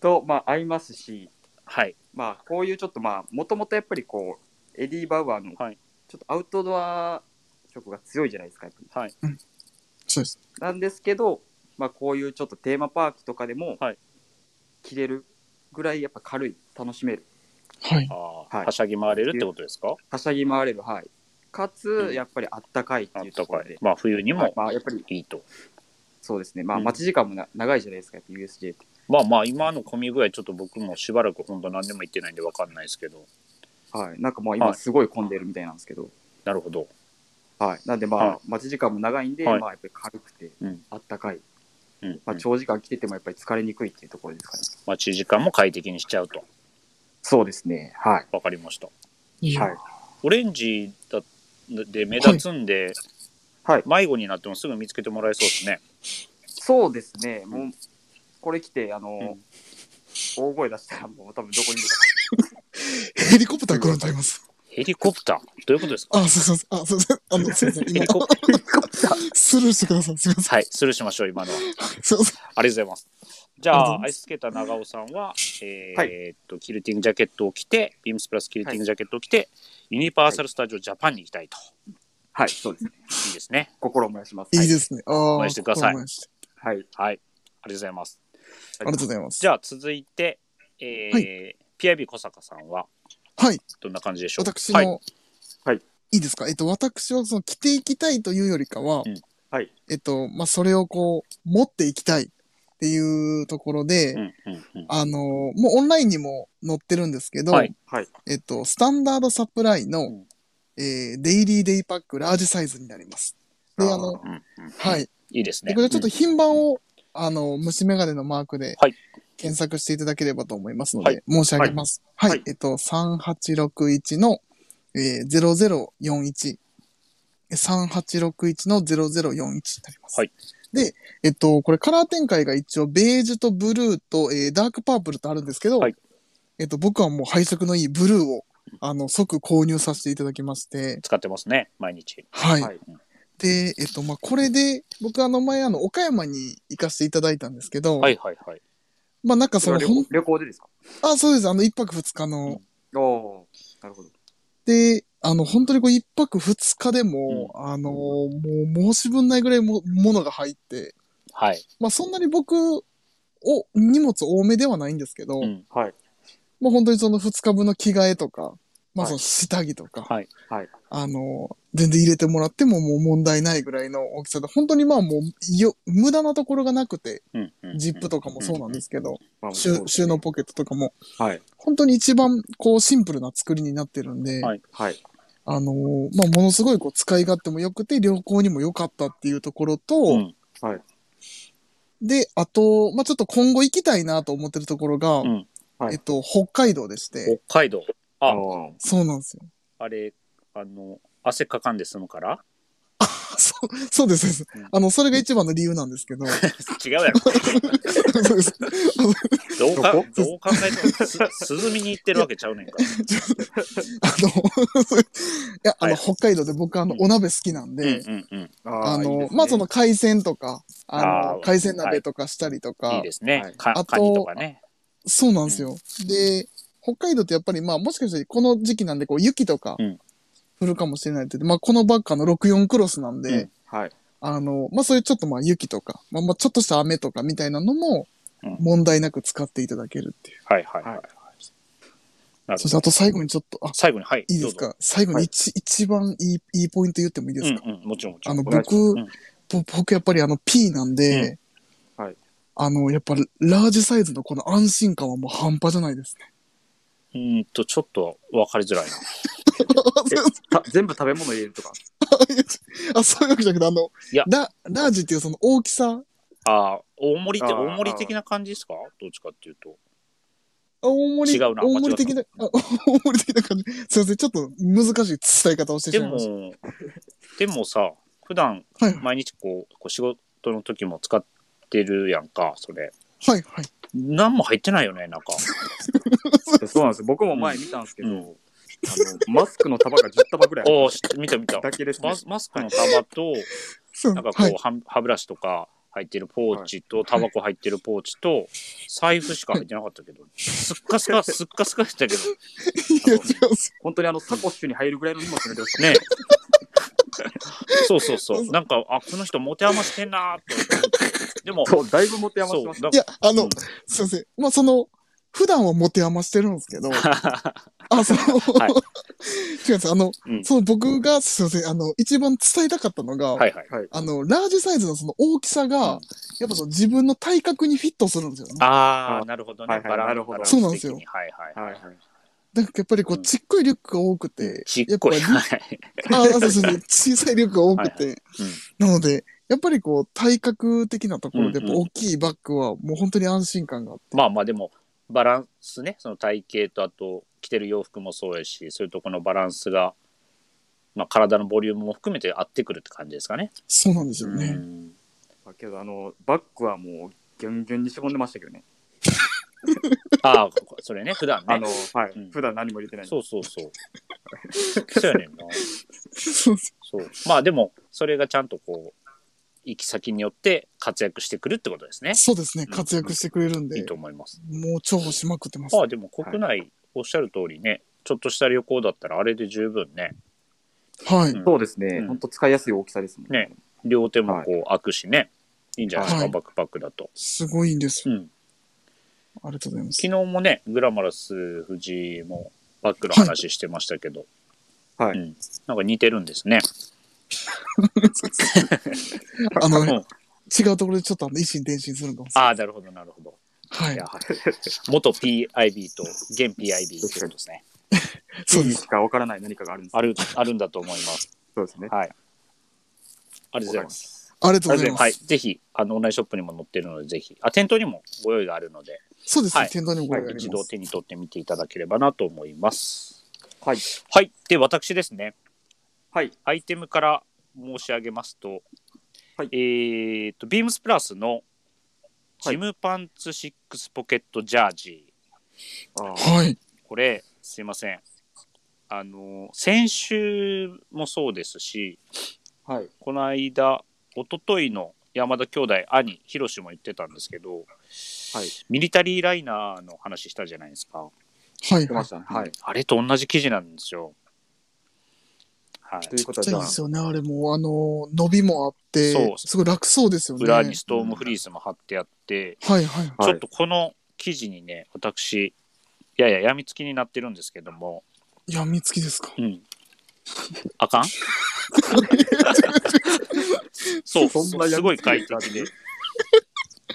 Speaker 4: と、まあ、合いますし、
Speaker 1: はい。
Speaker 4: まあ、こういうちょっとまあもともとやっぱりこうエディ・バウアーの
Speaker 1: はい
Speaker 4: ちょっとアウトドア色が強いじゃないですか、やっぱり
Speaker 1: はい。
Speaker 2: そうです。
Speaker 4: なんですけど、まあ、こういうちょっとテーマパークとかでも
Speaker 1: はい
Speaker 4: 着れるぐらいやっぱ軽い楽しめる
Speaker 2: はい。
Speaker 1: あー
Speaker 4: はい
Speaker 1: はしゃぎ回れるってことですか
Speaker 4: はしゃぎ回れるはいか
Speaker 1: う
Speaker 4: つ
Speaker 1: ん
Speaker 4: やっぱりあったかいって
Speaker 1: あっ
Speaker 4: いう
Speaker 1: た
Speaker 4: とこ
Speaker 1: か
Speaker 4: ろ
Speaker 1: い
Speaker 4: で。、
Speaker 1: まあ、冬に
Speaker 4: はい
Speaker 1: も
Speaker 4: まあ、やっぱり
Speaker 1: いいと。
Speaker 4: そうですね、まあ、
Speaker 1: うん
Speaker 4: 待ち時間もな長いじゃないですか、やっぱ USJ って。
Speaker 1: まあまあ、今の混み具合、ちょっと僕もしばらく本当何でも言ってないんで分かんないですけど。
Speaker 4: はい、なんかもう
Speaker 1: は
Speaker 4: 今
Speaker 1: い
Speaker 4: すごい混んでるみたいなんですけど、
Speaker 1: なるほど。
Speaker 4: はい、なんでまあ、
Speaker 1: はい
Speaker 4: 待ち時間も長いんで、
Speaker 1: はい
Speaker 4: まあやっぱり軽くて
Speaker 1: うん
Speaker 4: あったかい、
Speaker 1: うん。
Speaker 4: まあ、長時間着ててもやっぱり疲れにくいっていうところですかね。
Speaker 1: 待ち時間も快適にしちゃうと。
Speaker 4: そうですね。はい。
Speaker 1: 分かりました。
Speaker 2: いいよ
Speaker 4: はい。
Speaker 1: オレンジだで目立つんで、
Speaker 4: はい
Speaker 1: 迷子になってもすぐ見つけてもらえそうですね。
Speaker 4: そうですね。もう、これ来て、あの、
Speaker 1: ん
Speaker 4: 大声出したらもう多分どこにいる
Speaker 2: ヘリコプター来るんちゃいます。
Speaker 1: ヘリコプターどういうこと
Speaker 2: [LAUGHS]
Speaker 1: ですか
Speaker 2: あ、すいません。あ、すいません。あの、すいません。
Speaker 1: ヘリ
Speaker 2: 今、
Speaker 1: コプター
Speaker 2: スルーしてください。すいません。
Speaker 1: はい、スルーしましょう、今のは。
Speaker 2: すいません。
Speaker 1: ありがとうございます。じ
Speaker 2: あ
Speaker 1: ゃ
Speaker 2: りがと
Speaker 1: あ、
Speaker 2: うございます
Speaker 1: アイススケーター長尾さんは、えー
Speaker 4: はい
Speaker 1: えーっと、キルティングジャケットを着て、ビームスプラスキルティングジャケットを着て、ユニバーサル・スタジオ・ジャパンに行きたいと。
Speaker 4: はい、そうですね。
Speaker 1: いいですね。
Speaker 4: 心を燃やします。
Speaker 2: いい
Speaker 4: す。
Speaker 2: ですね。ああ。
Speaker 1: 応援してください
Speaker 2: 応援して
Speaker 4: はい。
Speaker 1: はい、ありがとうございます。
Speaker 2: ありがとうございます。
Speaker 1: じゃあ、続いて、えー
Speaker 2: は
Speaker 1: PIB 小坂さんは、
Speaker 2: はい。
Speaker 1: どんな感じでしょうか
Speaker 2: 私
Speaker 1: はい、
Speaker 2: の、
Speaker 4: はいはい
Speaker 2: いですかえっと、私はその着ていきたいというよりかは、
Speaker 1: うん
Speaker 4: はい
Speaker 2: えっと、まあ、それをこう、持っていきたいっていうところで、
Speaker 1: うんうんうん。
Speaker 2: あの、もうオンラインにも載ってるんですけど、
Speaker 1: はい
Speaker 4: はい。
Speaker 2: えっと、スタンダードサプライの、
Speaker 1: ん
Speaker 2: えーデイリーデイパックラージサイズになります。で、あの、
Speaker 1: うんうん
Speaker 2: はい。
Speaker 1: いいですね。
Speaker 2: でこれちょっと品番を、あの、虫眼鏡のマークで
Speaker 1: はい、
Speaker 2: 検索していただければと思いますの
Speaker 1: は
Speaker 2: で、申し上げます。はい。
Speaker 4: はい
Speaker 2: えっと、3861の、えー、0041。3861の0041になります。
Speaker 1: はい。
Speaker 2: で、えっと、これカラー展開が一応、ベージュとブルーと、えーダークパープルとあるんですけど、
Speaker 1: はい
Speaker 2: えっと、僕はもう配色のいいブルーを、あの、即購入させていただきまして、
Speaker 1: 使ってますね、毎日。
Speaker 2: はい。
Speaker 4: はい
Speaker 2: で、えっと、まあ、これで、僕あの前あの、岡山に行かせていただいたんですけど、
Speaker 1: はいはいはい。
Speaker 2: まあ、なんかそ
Speaker 4: それ
Speaker 2: の、
Speaker 4: は旅
Speaker 2: ほん
Speaker 4: 行旅行でですか
Speaker 2: あ、そうです。あの、一泊二日の、
Speaker 1: うん
Speaker 4: おおーなるほど。
Speaker 2: で、あの、本当にこう、一泊二日でも、あの、もう申し分ないぐらいも、ものが入って、
Speaker 1: はい。
Speaker 2: まあ、そんなに僕を、荷物多めではないんですけど、
Speaker 1: うん
Speaker 4: はい。
Speaker 2: もう本当にその二日分の着替えとか、まあ、
Speaker 4: はい
Speaker 2: その下着とか、
Speaker 1: はい
Speaker 4: はい
Speaker 2: あの、全然入れてもらってももう問題ないぐらいの大きさで、本当にまあもう、よ、無駄なところがなくて、
Speaker 1: うんうんうん
Speaker 2: ジップとかもそうなんですけど、
Speaker 4: まあ
Speaker 2: 収収納。ポケットとかも、
Speaker 4: はい。
Speaker 2: 本当に一番こうシンプルな作りになってるんで、
Speaker 1: はい
Speaker 4: はい。
Speaker 2: あのーまあ、ものすごいこう使い勝手も良くて、良好にも良かったっていうところと、
Speaker 1: うん
Speaker 2: で、あと、まあ、ちょっと今後行きたいなと思ってるところが、
Speaker 1: うん
Speaker 4: はい
Speaker 2: えっと、北海道でして、
Speaker 1: 北海道。あ
Speaker 4: おー
Speaker 2: そうなんですよ。 [LAUGHS]
Speaker 1: あれ、あの、汗かかんで済むから [LAUGHS]
Speaker 2: そう、そうです、そうです。あの、それが一番の理由なんですけど、
Speaker 1: 違うやろ。
Speaker 2: そうです。
Speaker 1: どうか、ど
Speaker 4: どこ
Speaker 1: う考えても、す涼みに行ってるわけちゃうねん
Speaker 2: [LAUGHS]
Speaker 1: から。
Speaker 2: あの、そういや、あの、
Speaker 1: はい
Speaker 2: 北海道で僕あの、お鍋好きなん
Speaker 1: うん
Speaker 2: で、
Speaker 1: うんうん。
Speaker 4: あ
Speaker 2: あ
Speaker 4: ーいい
Speaker 2: の
Speaker 4: ですね
Speaker 2: まあその海鮮とか、あの
Speaker 1: あー
Speaker 2: 海鮮鍋とかしたりとか、
Speaker 1: いいですね。
Speaker 4: はい
Speaker 1: か
Speaker 2: あと
Speaker 1: カニとかね。
Speaker 2: そうなんですよ。で、北海道ってやっぱりまあもしかしてこの時期なんでこう雪とか
Speaker 1: うん
Speaker 2: 降るかもしれないって、まあこのばっかの64クロスなんで、
Speaker 1: うん
Speaker 4: はい。
Speaker 2: あの、まあそういうちょっとまあ雪とか、まあまあちょっとした雨とかみたいなのも
Speaker 1: うん
Speaker 2: 問題なく使っていただけるっていう。
Speaker 1: はいはいはい
Speaker 4: は
Speaker 1: な
Speaker 4: い。
Speaker 1: る
Speaker 2: そ
Speaker 1: ほ
Speaker 2: して
Speaker 1: ど。
Speaker 2: あと最後にちょっと、あ、
Speaker 1: 最後に、はい。
Speaker 2: いいですか最後に一,、一番いい、いいポイント言ってもいいで
Speaker 1: どう
Speaker 2: す
Speaker 1: ぞ
Speaker 2: か、
Speaker 1: うんうん、もちろんもちろ
Speaker 2: あ
Speaker 1: ん。
Speaker 2: の
Speaker 4: お願いし
Speaker 2: 僕、
Speaker 1: ますうん
Speaker 2: ぼ僕やっぱりあの P なんで、
Speaker 4: うんはい
Speaker 2: あの、やっぱりラージサイズのこの安心感はもう半端じゃな
Speaker 1: [LAUGHS]
Speaker 2: いですね。
Speaker 1: うーんと、ちょっと分かりづらいな。
Speaker 4: た全部食べ物入れるとか。
Speaker 2: [LAUGHS] あ、そういうわけじゃなくて、あの、
Speaker 1: いや
Speaker 2: ララージっていうその大きさ、
Speaker 1: ああ、大盛りって、
Speaker 4: あー
Speaker 1: 大盛り的な感じですかどっちかっていうと。
Speaker 2: 大盛り、
Speaker 1: 違うな
Speaker 2: 大盛り的な、あ大盛り的な感じ。すいません、ちょっと難しい伝え方をして
Speaker 1: で
Speaker 2: しまいました。
Speaker 1: も、でもさ、普段
Speaker 2: はい、
Speaker 1: 毎日こう、こう仕事の時も使ってるやんか、それ。
Speaker 2: はい、はい。
Speaker 1: 何も入ってないよね、中。
Speaker 4: そうなんですよ僕も前見たんですけど、あのマスクの束が10束ぐらい
Speaker 1: おお、し見た見た。
Speaker 4: だけですね
Speaker 1: マスマスクの束と、
Speaker 2: そう、
Speaker 1: なんかこ
Speaker 2: は
Speaker 1: う、
Speaker 2: い。
Speaker 1: 歯歯ブラシとか入ってるポーチと、タバコ入ってるポーチと、財布しか入ってなかったけど、すっかす
Speaker 2: [LAUGHS]
Speaker 1: か、すっかすかやったけど、
Speaker 2: いや、違う。
Speaker 4: 本当にあのサコッシュに入るぐらいの荷物の量しか
Speaker 1: ね。そうそうそう。なんか、あ、この人持て余してんなーって思って。でも、
Speaker 4: そうだいぶ持て余
Speaker 1: そ
Speaker 4: してまし
Speaker 1: う、
Speaker 4: た
Speaker 1: だ
Speaker 2: いや、あの、
Speaker 1: うん
Speaker 2: すいません。まあ、その、普段は持て余してるんですけど、あ、その、
Speaker 1: い
Speaker 2: 違うんです。あの、
Speaker 1: うん
Speaker 2: その僕が、すいません、あの、一番伝えたかったの
Speaker 4: [LAUGHS]
Speaker 2: が、
Speaker 1: はいはい。
Speaker 4: はい
Speaker 2: あの、ラージサイズのその大きさが、
Speaker 1: うん
Speaker 2: やっぱその自分の体格にフィットするんですよね。
Speaker 1: あ
Speaker 4: は
Speaker 1: あ、なるほどね。
Speaker 4: はいはい
Speaker 1: バラン
Speaker 4: なるほ
Speaker 1: バ
Speaker 4: ど
Speaker 1: ランス
Speaker 2: そうなんですよ
Speaker 1: 的にはいはい。
Speaker 4: はいはい
Speaker 2: だからやっぱりこ
Speaker 1: う
Speaker 2: う、
Speaker 1: ん
Speaker 2: ちっこいリュックが多くて、
Speaker 1: ちっこい。
Speaker 2: やっ
Speaker 1: はい
Speaker 2: ぱり、
Speaker 1: [LAUGHS]
Speaker 2: あ、あそうそうそう小さいリュックが多くて、なので、やっぱりこう、体格的なところで、
Speaker 1: うん
Speaker 2: や
Speaker 1: う
Speaker 2: っ
Speaker 1: ん
Speaker 2: ぱ大きいバッグはもう本当に安心感があって。
Speaker 1: まあまあでも、バランスね、その体型とあと着てる洋服もそうやし、そういうとこのバランスが、まあ体のボリュームも含めて合ってくるって感じですかね。
Speaker 2: そうなんですよ
Speaker 1: う
Speaker 2: ね。
Speaker 1: ん
Speaker 4: だけどあのバッグはもうギュンギュンにしぼんでましたけどね
Speaker 1: ああ、それね、普段
Speaker 4: あ
Speaker 1: ね
Speaker 4: の。、はい
Speaker 1: うん
Speaker 4: 普段何も入れてない
Speaker 1: そうそうそう。そうやねんな。
Speaker 2: そう [LAUGHS] そ
Speaker 1: そう。まあでも、それがちゃんとこう、行き先によって活躍してくるってことですね
Speaker 2: う。そうですね。活躍してくれるん
Speaker 1: いい
Speaker 2: で
Speaker 1: と、思います。
Speaker 2: もう重宝しまくってます。
Speaker 1: まあでも国内、おっしゃる通りね、ちょっとした旅行だったらあれで十分ね、
Speaker 2: はい。
Speaker 1: うん
Speaker 4: そうですね、
Speaker 1: うん
Speaker 4: ほんと使いやすい大きさですもん
Speaker 1: ね両手もこう開くしね、いいんじゃないですか、
Speaker 2: はい
Speaker 1: バックパックだと。
Speaker 2: すごいんです
Speaker 1: う
Speaker 2: よ。
Speaker 1: ん。
Speaker 2: ありがとうございます
Speaker 1: 昨日。もね、グラマラス藤井もバックの話してましたけど、
Speaker 4: はい
Speaker 1: うんなんか似てるんですね。
Speaker 2: あの、
Speaker 1: うん
Speaker 2: 違うところでちょっとあの、一心伝心するんかもしれない。
Speaker 1: ああ、なるほど、なるほど。
Speaker 2: はい
Speaker 1: や
Speaker 4: [LAUGHS]
Speaker 2: い。
Speaker 1: はい、元 PIB と現 PIB っていうことですね。
Speaker 2: そう
Speaker 4: に
Speaker 2: で
Speaker 4: し
Speaker 2: す。
Speaker 4: かわからない何かがあるんです
Speaker 1: ある、あるんだと思います。
Speaker 4: そうですね
Speaker 1: はい。ありがとうございます。
Speaker 2: ありがとう
Speaker 1: あ
Speaker 2: ご
Speaker 1: りがとうござい
Speaker 2: ざいます。
Speaker 1: ますはい。ぜひ、あの、オンラインショップにも載ってるので、ぜひ、あ、店頭にもご用意があるので、
Speaker 2: そうです
Speaker 1: は
Speaker 2: ね
Speaker 1: い。
Speaker 2: 天丼にもご用意あり
Speaker 1: 一
Speaker 2: ま
Speaker 1: 度
Speaker 2: す。
Speaker 1: 手に取ってみていただければなと思います。
Speaker 4: はい
Speaker 1: はい。で、私ですね。
Speaker 4: はい
Speaker 1: アイテムから申し上げますと、
Speaker 4: はい
Speaker 1: えーっと、ビームスプラスのジムパンツシックスポケットジャージ、
Speaker 4: あー
Speaker 2: はい。
Speaker 1: これ、すいません。あの、先週もそうですし、
Speaker 4: はい
Speaker 1: この間、一昨日の山田兄弟、兄、ヒロシも言ってたんですけど、
Speaker 4: はい
Speaker 1: ミリタリーライナーの話したじゃないですか。
Speaker 2: はい
Speaker 4: 出。ましたねはい
Speaker 1: あれと同じ記事なんですよ。はい。
Speaker 4: ということ
Speaker 2: めっ
Speaker 4: は
Speaker 2: ちゃ
Speaker 4: じ
Speaker 2: い
Speaker 4: ゃ
Speaker 2: いで
Speaker 4: あ
Speaker 2: すよね。あれもう、あの、伸びもあって
Speaker 1: そう、
Speaker 2: すごい楽そうですよね。
Speaker 1: 裏にストームフリースも貼ってあって、
Speaker 2: はいはい。
Speaker 4: うん
Speaker 1: ちょっとこの記事にね、私、やややみつきになってるんですけども、
Speaker 2: やみつきですか。
Speaker 1: うん。あかんそう、
Speaker 4: そんなやみつき
Speaker 1: すごい快適で。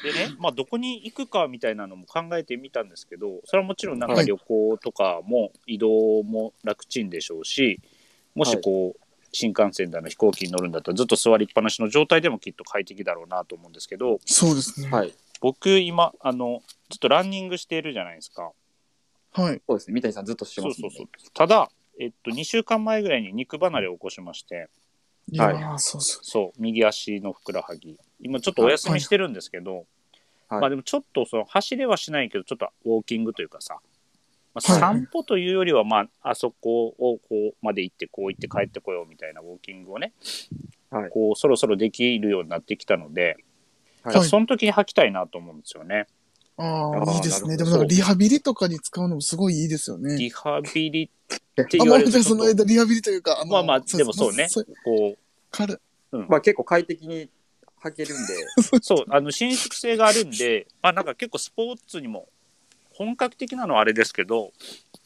Speaker 1: でね、まあ、どこに行くかみたいなのも考えてみたんですけど、それはもちろんなんか
Speaker 2: はい
Speaker 1: 旅行とかも移動も楽ちんでしょうし、もしこう、新幹線だの飛行機に乗るんだったらずっと座りっぱなしの状態でもきっと快適だろうなと思うんですけど、
Speaker 2: そうですね。
Speaker 4: はい
Speaker 1: 僕今、あの、ずっとランニングしているじゃないですか。
Speaker 2: はい。
Speaker 4: そうですね三谷さんずっとして
Speaker 1: そ
Speaker 4: ま
Speaker 1: う
Speaker 4: す
Speaker 1: そ
Speaker 4: もん
Speaker 1: う
Speaker 4: ね
Speaker 1: そう。ただ、えっと、2週間前ぐらいに肉離れを起こしまして、
Speaker 2: いや
Speaker 4: は
Speaker 2: ー、そうそう。
Speaker 1: そう、右足のふくらはぎ。今ちょっとお休みしてるんですけど、
Speaker 4: はい
Speaker 1: まあでもちょっとその走れはしないけど、ちょっとウォーキングというかさ、まあ、
Speaker 2: はい
Speaker 1: 散歩というよりは、まあ、あそこをこうまで行って、こう行って帰ってこようみたいなウォーキングをね、
Speaker 4: はい
Speaker 1: こうそろそろできるようになってきたので、
Speaker 4: はい
Speaker 1: その時に履きたいなと思うんですよね。
Speaker 2: あ
Speaker 4: あー
Speaker 2: あ、いいですね。
Speaker 4: な
Speaker 2: で
Speaker 4: る
Speaker 2: も
Speaker 4: ほ
Speaker 2: な
Speaker 4: ど
Speaker 2: んかリハビリとかに使うのもすごいいいですよね。
Speaker 1: リハビリって
Speaker 2: あ、
Speaker 1: 言
Speaker 2: ま
Speaker 1: わ
Speaker 2: あ、
Speaker 1: れる
Speaker 2: じゃ
Speaker 1: と
Speaker 2: あその間リハビリというか、あの
Speaker 1: まあまあ、でもそうね、こう、
Speaker 2: 軽
Speaker 4: まあ結構快適に履けるんで [LAUGHS]
Speaker 1: そう、あの伸縮性があるんで、まあなんか結構スポーツにも、本格的なのはあれですけど、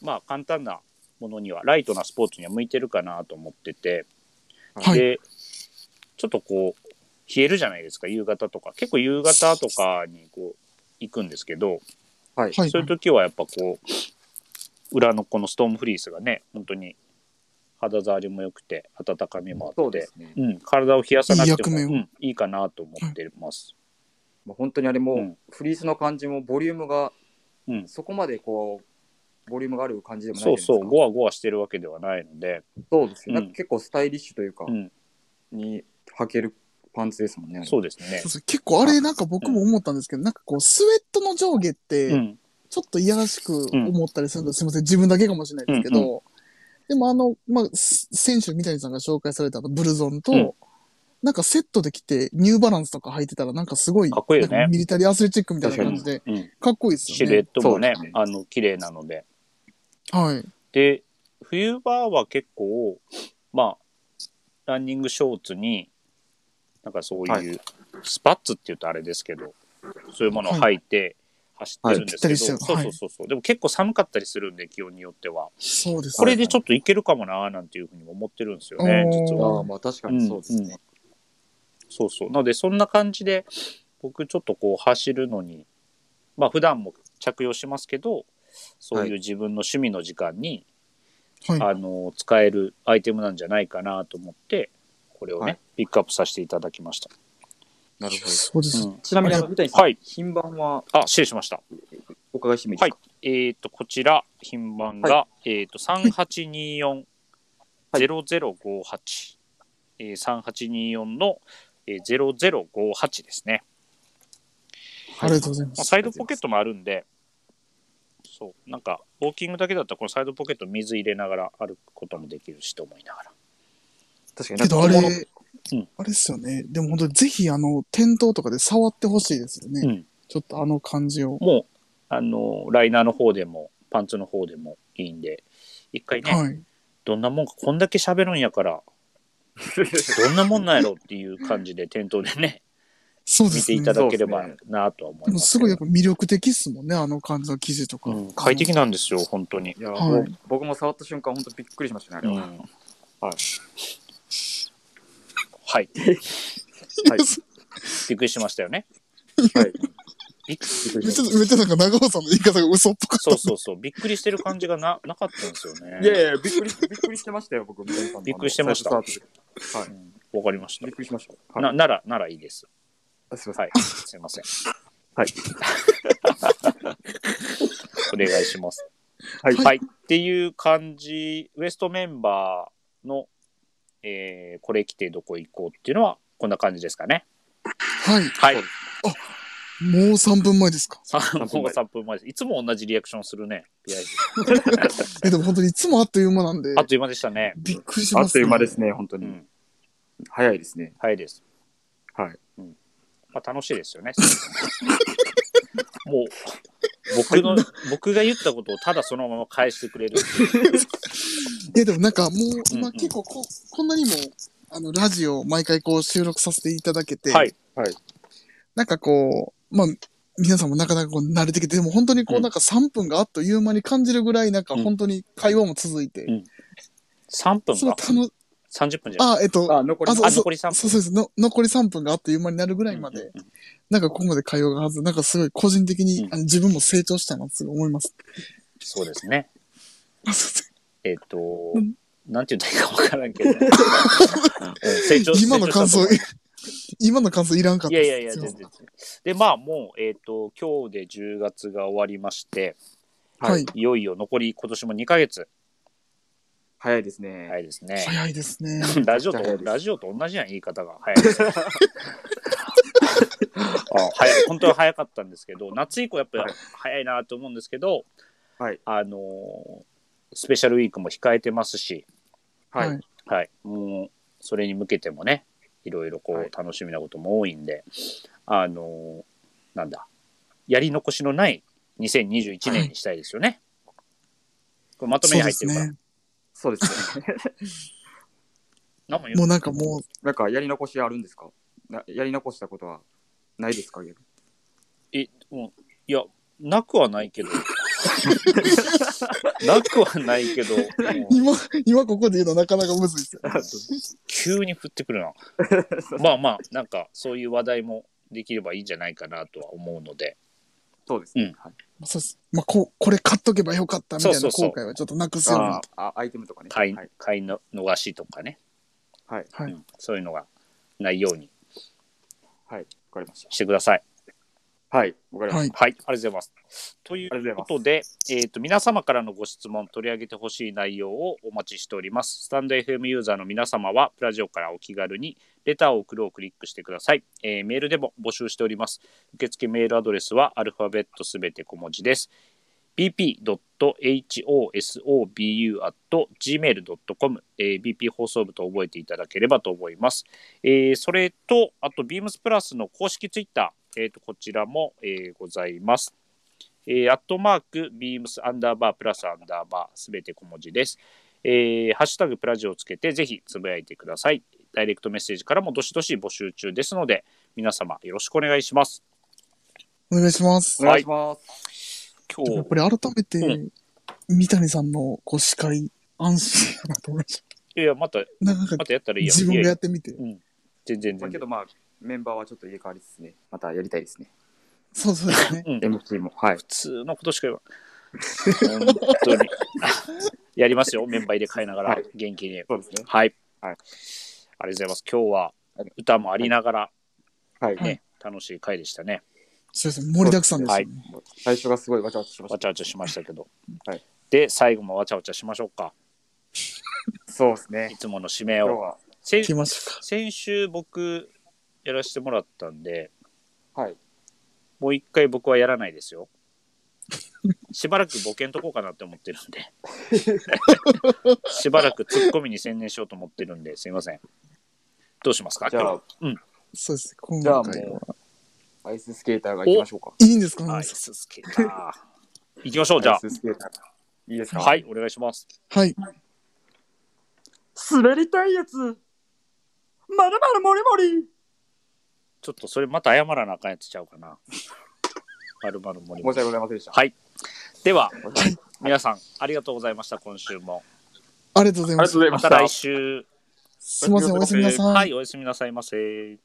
Speaker 1: まあ簡単なものには、ライトなスポーツには向いてるかなと思ってて、
Speaker 2: はい
Speaker 1: で、ちょっとこう、冷えるじゃないですか、夕方とか。結構夕方とかにこう、行くんですけど、
Speaker 4: はい
Speaker 2: はい。
Speaker 1: そういう時はやっぱこう、裏のこのストームフリースがね、本当に肌触りも良くて、温かみもあって、
Speaker 4: そうですね
Speaker 1: うん、体を冷やさなくても
Speaker 2: いい役目を
Speaker 1: うんいいかなと思ってます。
Speaker 4: まあ本当にあれも、
Speaker 1: うん
Speaker 4: フリースの感じもボリュームが
Speaker 1: うん
Speaker 4: そこまでこうボリュームがある感じでもない
Speaker 1: そ
Speaker 4: じゃないうですか
Speaker 1: そう、ゴワゴワしてるわけではないので、
Speaker 4: そうですね、
Speaker 1: うん
Speaker 4: なんか結構スタイリッシュというか、
Speaker 1: うん
Speaker 4: に履けるパンツですもんねあれ
Speaker 1: そうですね
Speaker 2: そう。そう結構あれなんか僕も思ったんですけど、なんかこうスウェットの上下っ
Speaker 1: う
Speaker 2: て
Speaker 1: ん、
Speaker 2: ちょっといやらしく思ったりするの、すいません、自分だけかもしれないですけど、
Speaker 1: うん
Speaker 2: でもあの、まあ、す選手三谷さんが紹介されたあのブルゾンと、
Speaker 1: うん
Speaker 2: なんかセットで着てニューバランスとか履いてたらなんかすごい、
Speaker 1: かっこいいよね
Speaker 2: なんかミリタリーアスレチックみたいな感じで、
Speaker 1: うん、
Speaker 2: かっこいいです
Speaker 1: シ
Speaker 2: よ
Speaker 1: ルエ
Speaker 2: ね
Speaker 1: ッ。トもね
Speaker 4: そうですね
Speaker 1: あの綺麗なので
Speaker 2: はい。
Speaker 1: で冬場は結構まあランニングショーツになんかそういう、
Speaker 4: はい
Speaker 1: スパッツっていうとあれですけどそういうものを履いて走ってるんですけ
Speaker 2: はいぴったり
Speaker 1: ど、
Speaker 2: してる
Speaker 1: そう
Speaker 2: はい
Speaker 1: そうそうそうでも結構寒かったりするんで気温によっては
Speaker 2: そうです
Speaker 1: こ
Speaker 2: ね。
Speaker 1: れでちょっといけるかもなーなんていうふうにも思ってるんですよね
Speaker 2: おー
Speaker 1: 実は
Speaker 4: ああまあ確かにそうですね、
Speaker 1: そうそうなのでそんな感じで僕ちょっとこう走るのにまあ普段も着用しますけどそういう自分の趣味の時間に、
Speaker 2: はい。
Speaker 1: あの使えるアイテムなんじゃないかなと思ってこれをね、
Speaker 4: はい
Speaker 1: ピックアップさせていただきました、
Speaker 4: なるほど
Speaker 2: そうです、
Speaker 1: うん
Speaker 4: ちなみにあの三谷さん、
Speaker 1: はい
Speaker 4: 品番は
Speaker 1: あ失礼しました
Speaker 4: お伺いしてもいいですか、
Speaker 1: えっ、とこちら品番が、えっ、と3824-0058、
Speaker 4: はい
Speaker 1: えー、3824の、えー、0058ですね
Speaker 2: ありがとうございま
Speaker 1: まあ、
Speaker 2: す。
Speaker 1: サイドポケットもあるんで、そう、なんか、ウォーキングだけだったら、このサイドポケット水入れながら歩くこともできるしと思いながら。
Speaker 4: 確かに
Speaker 2: けどあれ、
Speaker 4: なんか小
Speaker 1: うん
Speaker 2: あれですよね。でも本当にぜひあの、店頭とかで触ってほしいですよね。
Speaker 1: うん
Speaker 2: ちょっとあの感じを。
Speaker 1: もう、あの、ライナーの方でも、パンツの方でもいいんで、一回ね、
Speaker 2: はい。
Speaker 1: どんなもんか、こんだけ喋るんや
Speaker 2: [LAUGHS]
Speaker 1: から、どんなもんなんやろっていう感じで、店頭でね、
Speaker 2: そうで
Speaker 1: 見
Speaker 2: す
Speaker 1: て
Speaker 2: ね。
Speaker 1: いただけれ
Speaker 4: そ
Speaker 1: ば
Speaker 4: うで
Speaker 1: なとは思
Speaker 2: で
Speaker 1: い
Speaker 2: も
Speaker 1: ますけ
Speaker 2: す
Speaker 1: ど。
Speaker 2: ごいやっぱ魅力的っすもんね、あの感じの記事とか。
Speaker 1: うん、快適なんですよ、本当に。
Speaker 4: 物いや、
Speaker 2: はい
Speaker 4: もう僕も触った瞬間本当びっくりしましたねあれは、
Speaker 1: うんはい。
Speaker 4: はい
Speaker 2: [LAUGHS]
Speaker 1: びっくりしましたよね。
Speaker 4: はい
Speaker 1: びっくり
Speaker 4: びっくり
Speaker 2: めっち
Speaker 4: し
Speaker 2: ゃ、
Speaker 4: まし
Speaker 2: めっちゃなんか長尾さんの言い方が嘘っぽかった。
Speaker 1: そうそうそう。びっくりしてる感じがななかったんですよね。
Speaker 4: たいやいや [LAUGHS] びっくりびっくりしてましたよ僕三谷さんのあの
Speaker 1: びっくりしてました
Speaker 4: 最初触った時は
Speaker 1: う
Speaker 4: い
Speaker 1: んわかりました
Speaker 4: びっ。くりしました
Speaker 1: ななら、ならいいです。
Speaker 4: あすいませ
Speaker 1: は
Speaker 4: ん
Speaker 1: い。すいません。
Speaker 4: はい。
Speaker 1: [LAUGHS] お願いします。
Speaker 4: はい
Speaker 1: はい。っていう感じ、ウエストメンバーの、えーこれ来てどこ行こうっていうのは、こんな感じですかね。
Speaker 2: はい。
Speaker 1: はい。
Speaker 4: そう
Speaker 2: もう3分前ですか。
Speaker 1: さ
Speaker 4: 分
Speaker 1: もう
Speaker 4: 前
Speaker 1: 3分前です。いつも同じリアクションするね。ピアイズ
Speaker 2: え、でも本当にいつもあっという間なんで
Speaker 1: あ、っという間でしたね。
Speaker 2: びっくりし
Speaker 4: あ
Speaker 2: ま
Speaker 4: っ
Speaker 2: す、
Speaker 4: と
Speaker 2: ね。
Speaker 4: いう間で。すね本当
Speaker 1: う
Speaker 4: に、
Speaker 1: ん。
Speaker 4: 早いですね
Speaker 1: 早いです。
Speaker 4: はい
Speaker 1: うんまあ、楽しいですよ
Speaker 2: [LAUGHS]
Speaker 1: ね。もう、僕の、僕が言ったことをただそのまま返してく
Speaker 2: [LAUGHS]
Speaker 1: れるっていう。
Speaker 2: いや、でもなんかもう
Speaker 1: うんう
Speaker 2: 今
Speaker 1: ん
Speaker 2: 結構こ、こんなにも、あの、ラジオを毎回こう収録させていただけて、
Speaker 1: はい。
Speaker 2: なんかこう、まあ、皆さんもなかなかこう慣れてきて、でも本当にこ
Speaker 1: う
Speaker 2: うんなんか3分があっという間に感じるぐらい、なんか
Speaker 1: うん
Speaker 2: 本当に会話も続いて、
Speaker 1: ん3分
Speaker 2: その
Speaker 1: が
Speaker 2: 楽、
Speaker 1: 30分じゃない
Speaker 2: あ、えっと、
Speaker 4: あ残り
Speaker 2: あそう
Speaker 1: あ、
Speaker 2: そう
Speaker 1: 残り3分。
Speaker 2: そうそうですの。残り3分があっという間になるぐらいまで、
Speaker 1: うんうんうん
Speaker 2: なんかここまで会話がはず、なんかすごい個人的に、
Speaker 1: うん
Speaker 2: あの自分も成長したなってすごい思
Speaker 1: [LAUGHS]
Speaker 2: います。
Speaker 1: そうですね。
Speaker 2: あそう
Speaker 1: えっ、と
Speaker 2: うん、
Speaker 1: なんて言ったらいいかわからんけ
Speaker 2: [LAUGHS]
Speaker 1: ど。うん成長
Speaker 2: 今の感想
Speaker 1: 成長したと思います
Speaker 2: [LAUGHS] 今の感想いらんかっ
Speaker 1: い
Speaker 2: た
Speaker 1: や
Speaker 2: です
Speaker 1: いやいや、全然
Speaker 2: すません
Speaker 1: 全然。で、まあもう、えっ、と、今日で10月が終わりまして、
Speaker 2: はい
Speaker 1: いよいよ残り今年も2ヶ月。
Speaker 4: 早いですね、
Speaker 1: 早いですね。
Speaker 2: 早いですね。
Speaker 1: [LAUGHS] ラジオ
Speaker 4: 早い
Speaker 1: と
Speaker 4: です
Speaker 1: ラジオと同じやん言い方が早いですあ早い本当は早かったんですけど夏以降やっぱ
Speaker 4: はい
Speaker 1: 早いなと思うんですけど、
Speaker 4: はい
Speaker 1: あのースペシャルウィークも控えてますし、
Speaker 4: はい、
Speaker 2: はい
Speaker 1: はい、もうそれに向けてもねいろいろこ
Speaker 4: はいう
Speaker 1: 楽しみなことも多いんで、あのーなんだやり残しのない2021年にしたいですよね。これまとめ
Speaker 2: そ
Speaker 1: に入
Speaker 2: うで
Speaker 1: って
Speaker 2: す
Speaker 1: るから、
Speaker 2: ね。
Speaker 4: そうですね [LAUGHS]
Speaker 1: 何も言う
Speaker 2: もうなんかも
Speaker 4: なんかやり残しあるんですかなやり残したことはないですか逆に
Speaker 1: え、うん、いや、なくはないけど。 [LAUGHS] なくはないけど、
Speaker 2: う、
Speaker 1: うん
Speaker 2: 今、今ここで言うのなかなかむずいですよ。
Speaker 1: 急に降ってくるな。まあまあ、なんかそういう話題もできればいいんじゃないかなとは思うので、
Speaker 4: そうですね、
Speaker 1: うん
Speaker 4: はい、
Speaker 2: まあそうです。まあ、こう、これ買っとけばよかったみたいな
Speaker 1: そうそうそ
Speaker 2: 後
Speaker 1: う
Speaker 2: 悔はちょっとなくすように
Speaker 4: あ。あアイテムとかね
Speaker 1: 買い
Speaker 4: はい、
Speaker 1: 買いの逃しとかね、
Speaker 4: はい
Speaker 2: は
Speaker 1: う
Speaker 2: い。
Speaker 1: んそういうのがないように
Speaker 4: はい、わかりました
Speaker 1: してください。
Speaker 4: はい、わかりました。
Speaker 2: は
Speaker 1: はい、あ
Speaker 2: い。
Speaker 1: りがとうございます。とい
Speaker 4: ありが
Speaker 1: う
Speaker 4: と
Speaker 1: こ
Speaker 4: うござい
Speaker 1: とで、えっ、と、皆様からのご質問、取り上げてほしい内容をお待ちしております。スタンド FM ユーザーの皆様は、プラジオからお気軽に、レターを送るをクリックしてください。えーメールでも募集しております。受付メールアドレスは、アルファベットすべて小文字です。bp.hosobu.gmail.com、えー bp 放送部と覚えていただければと思います。えーそれと、あと、ビームスプラスの公式ツイッター、えーとこちらも、えーございます。えーアットマーク、ビームスアンダーバープラスアンダーバー、すべて小文字です。えーハッシュタグプラジオをつけて、ぜひつぶやいてください。ダイレクトメッセージからもどしどし募集中ですので、皆様よろしくお願いします。
Speaker 2: お願いします。
Speaker 4: お願いします。
Speaker 1: 今
Speaker 2: や
Speaker 1: 日
Speaker 2: っ、ぱり改め
Speaker 1: う
Speaker 2: て、三谷さんのご司会、安心だなと思いまし
Speaker 1: いや、また、
Speaker 2: た。なんか
Speaker 1: ま、たやったらいいやん。
Speaker 2: 自分
Speaker 1: いや
Speaker 2: がや
Speaker 1: いや
Speaker 2: ってみて。
Speaker 1: うん。全然
Speaker 4: まあ
Speaker 1: 全
Speaker 4: け
Speaker 1: 然。
Speaker 4: どまあ、メンバーはちょっと入れ替わりですね。またやりたいですね。
Speaker 2: そうそうですね。
Speaker 1: うん。
Speaker 4: MC も。はい
Speaker 1: 普。通のことしか言わない。本当に。 [LAUGHS] やりますよ、メンバー入れ替えながら
Speaker 4: はい、
Speaker 1: 元気に。
Speaker 4: そうですね。
Speaker 1: はい。
Speaker 4: はい
Speaker 1: ありがとうございます。今日は歌もありながら、
Speaker 4: はい。
Speaker 1: ね楽しい回でしたね。
Speaker 2: そうですね。盛りだくさんです
Speaker 1: はい
Speaker 2: よね。
Speaker 4: 最初がすごいわちゃわちゃしまし
Speaker 1: わちゃわちゃしましたけど。
Speaker 4: はい
Speaker 1: で、最後もわちゃわちゃしましょうか。
Speaker 4: た。そうですね
Speaker 1: い。つもの締め
Speaker 4: 今日
Speaker 1: を。
Speaker 4: は、
Speaker 1: せ
Speaker 2: 行きましょうか。
Speaker 1: 先週僕、やらせてもらったんで、
Speaker 4: はい。
Speaker 1: もう一回僕はやらない
Speaker 4: [LAUGHS]
Speaker 1: ですよ。しばらくボケんとこうかなって思ってるん
Speaker 4: [LAUGHS]
Speaker 1: で。しばらくツッコミに専念しようと思ってるんで、すいません。どうしますか
Speaker 4: じゃあ、
Speaker 2: そうですね。今
Speaker 4: じゃあ
Speaker 2: 回は
Speaker 4: も。う、アイススケーターが行きましょうか。
Speaker 2: いいんですか
Speaker 1: 今日は
Speaker 2: ね
Speaker 1: アイススケーター。行きましょう、じゃ
Speaker 4: アイ
Speaker 1: あ。
Speaker 4: ススケーター。いいですか
Speaker 1: はい、。お願いします。
Speaker 2: はい。
Speaker 3: 滑りたいやつまるまるもりもり
Speaker 1: ちょっとそれまた謝らなあかんやつちゃうかな。まるまるもり
Speaker 4: 申し
Speaker 1: も
Speaker 4: 訳
Speaker 1: り
Speaker 4: ございませんでした。
Speaker 1: はい。では、
Speaker 4: 申し訳あり
Speaker 1: 皆さん、ありがとうございました、今週も。
Speaker 2: ありがとうござい
Speaker 4: が
Speaker 2: ま
Speaker 4: とう
Speaker 2: す
Speaker 4: ご。ざいま
Speaker 1: ま
Speaker 4: したた。
Speaker 1: 来週。
Speaker 2: すいません。おやすみなさい
Speaker 1: は。い、おやすみなさいませ。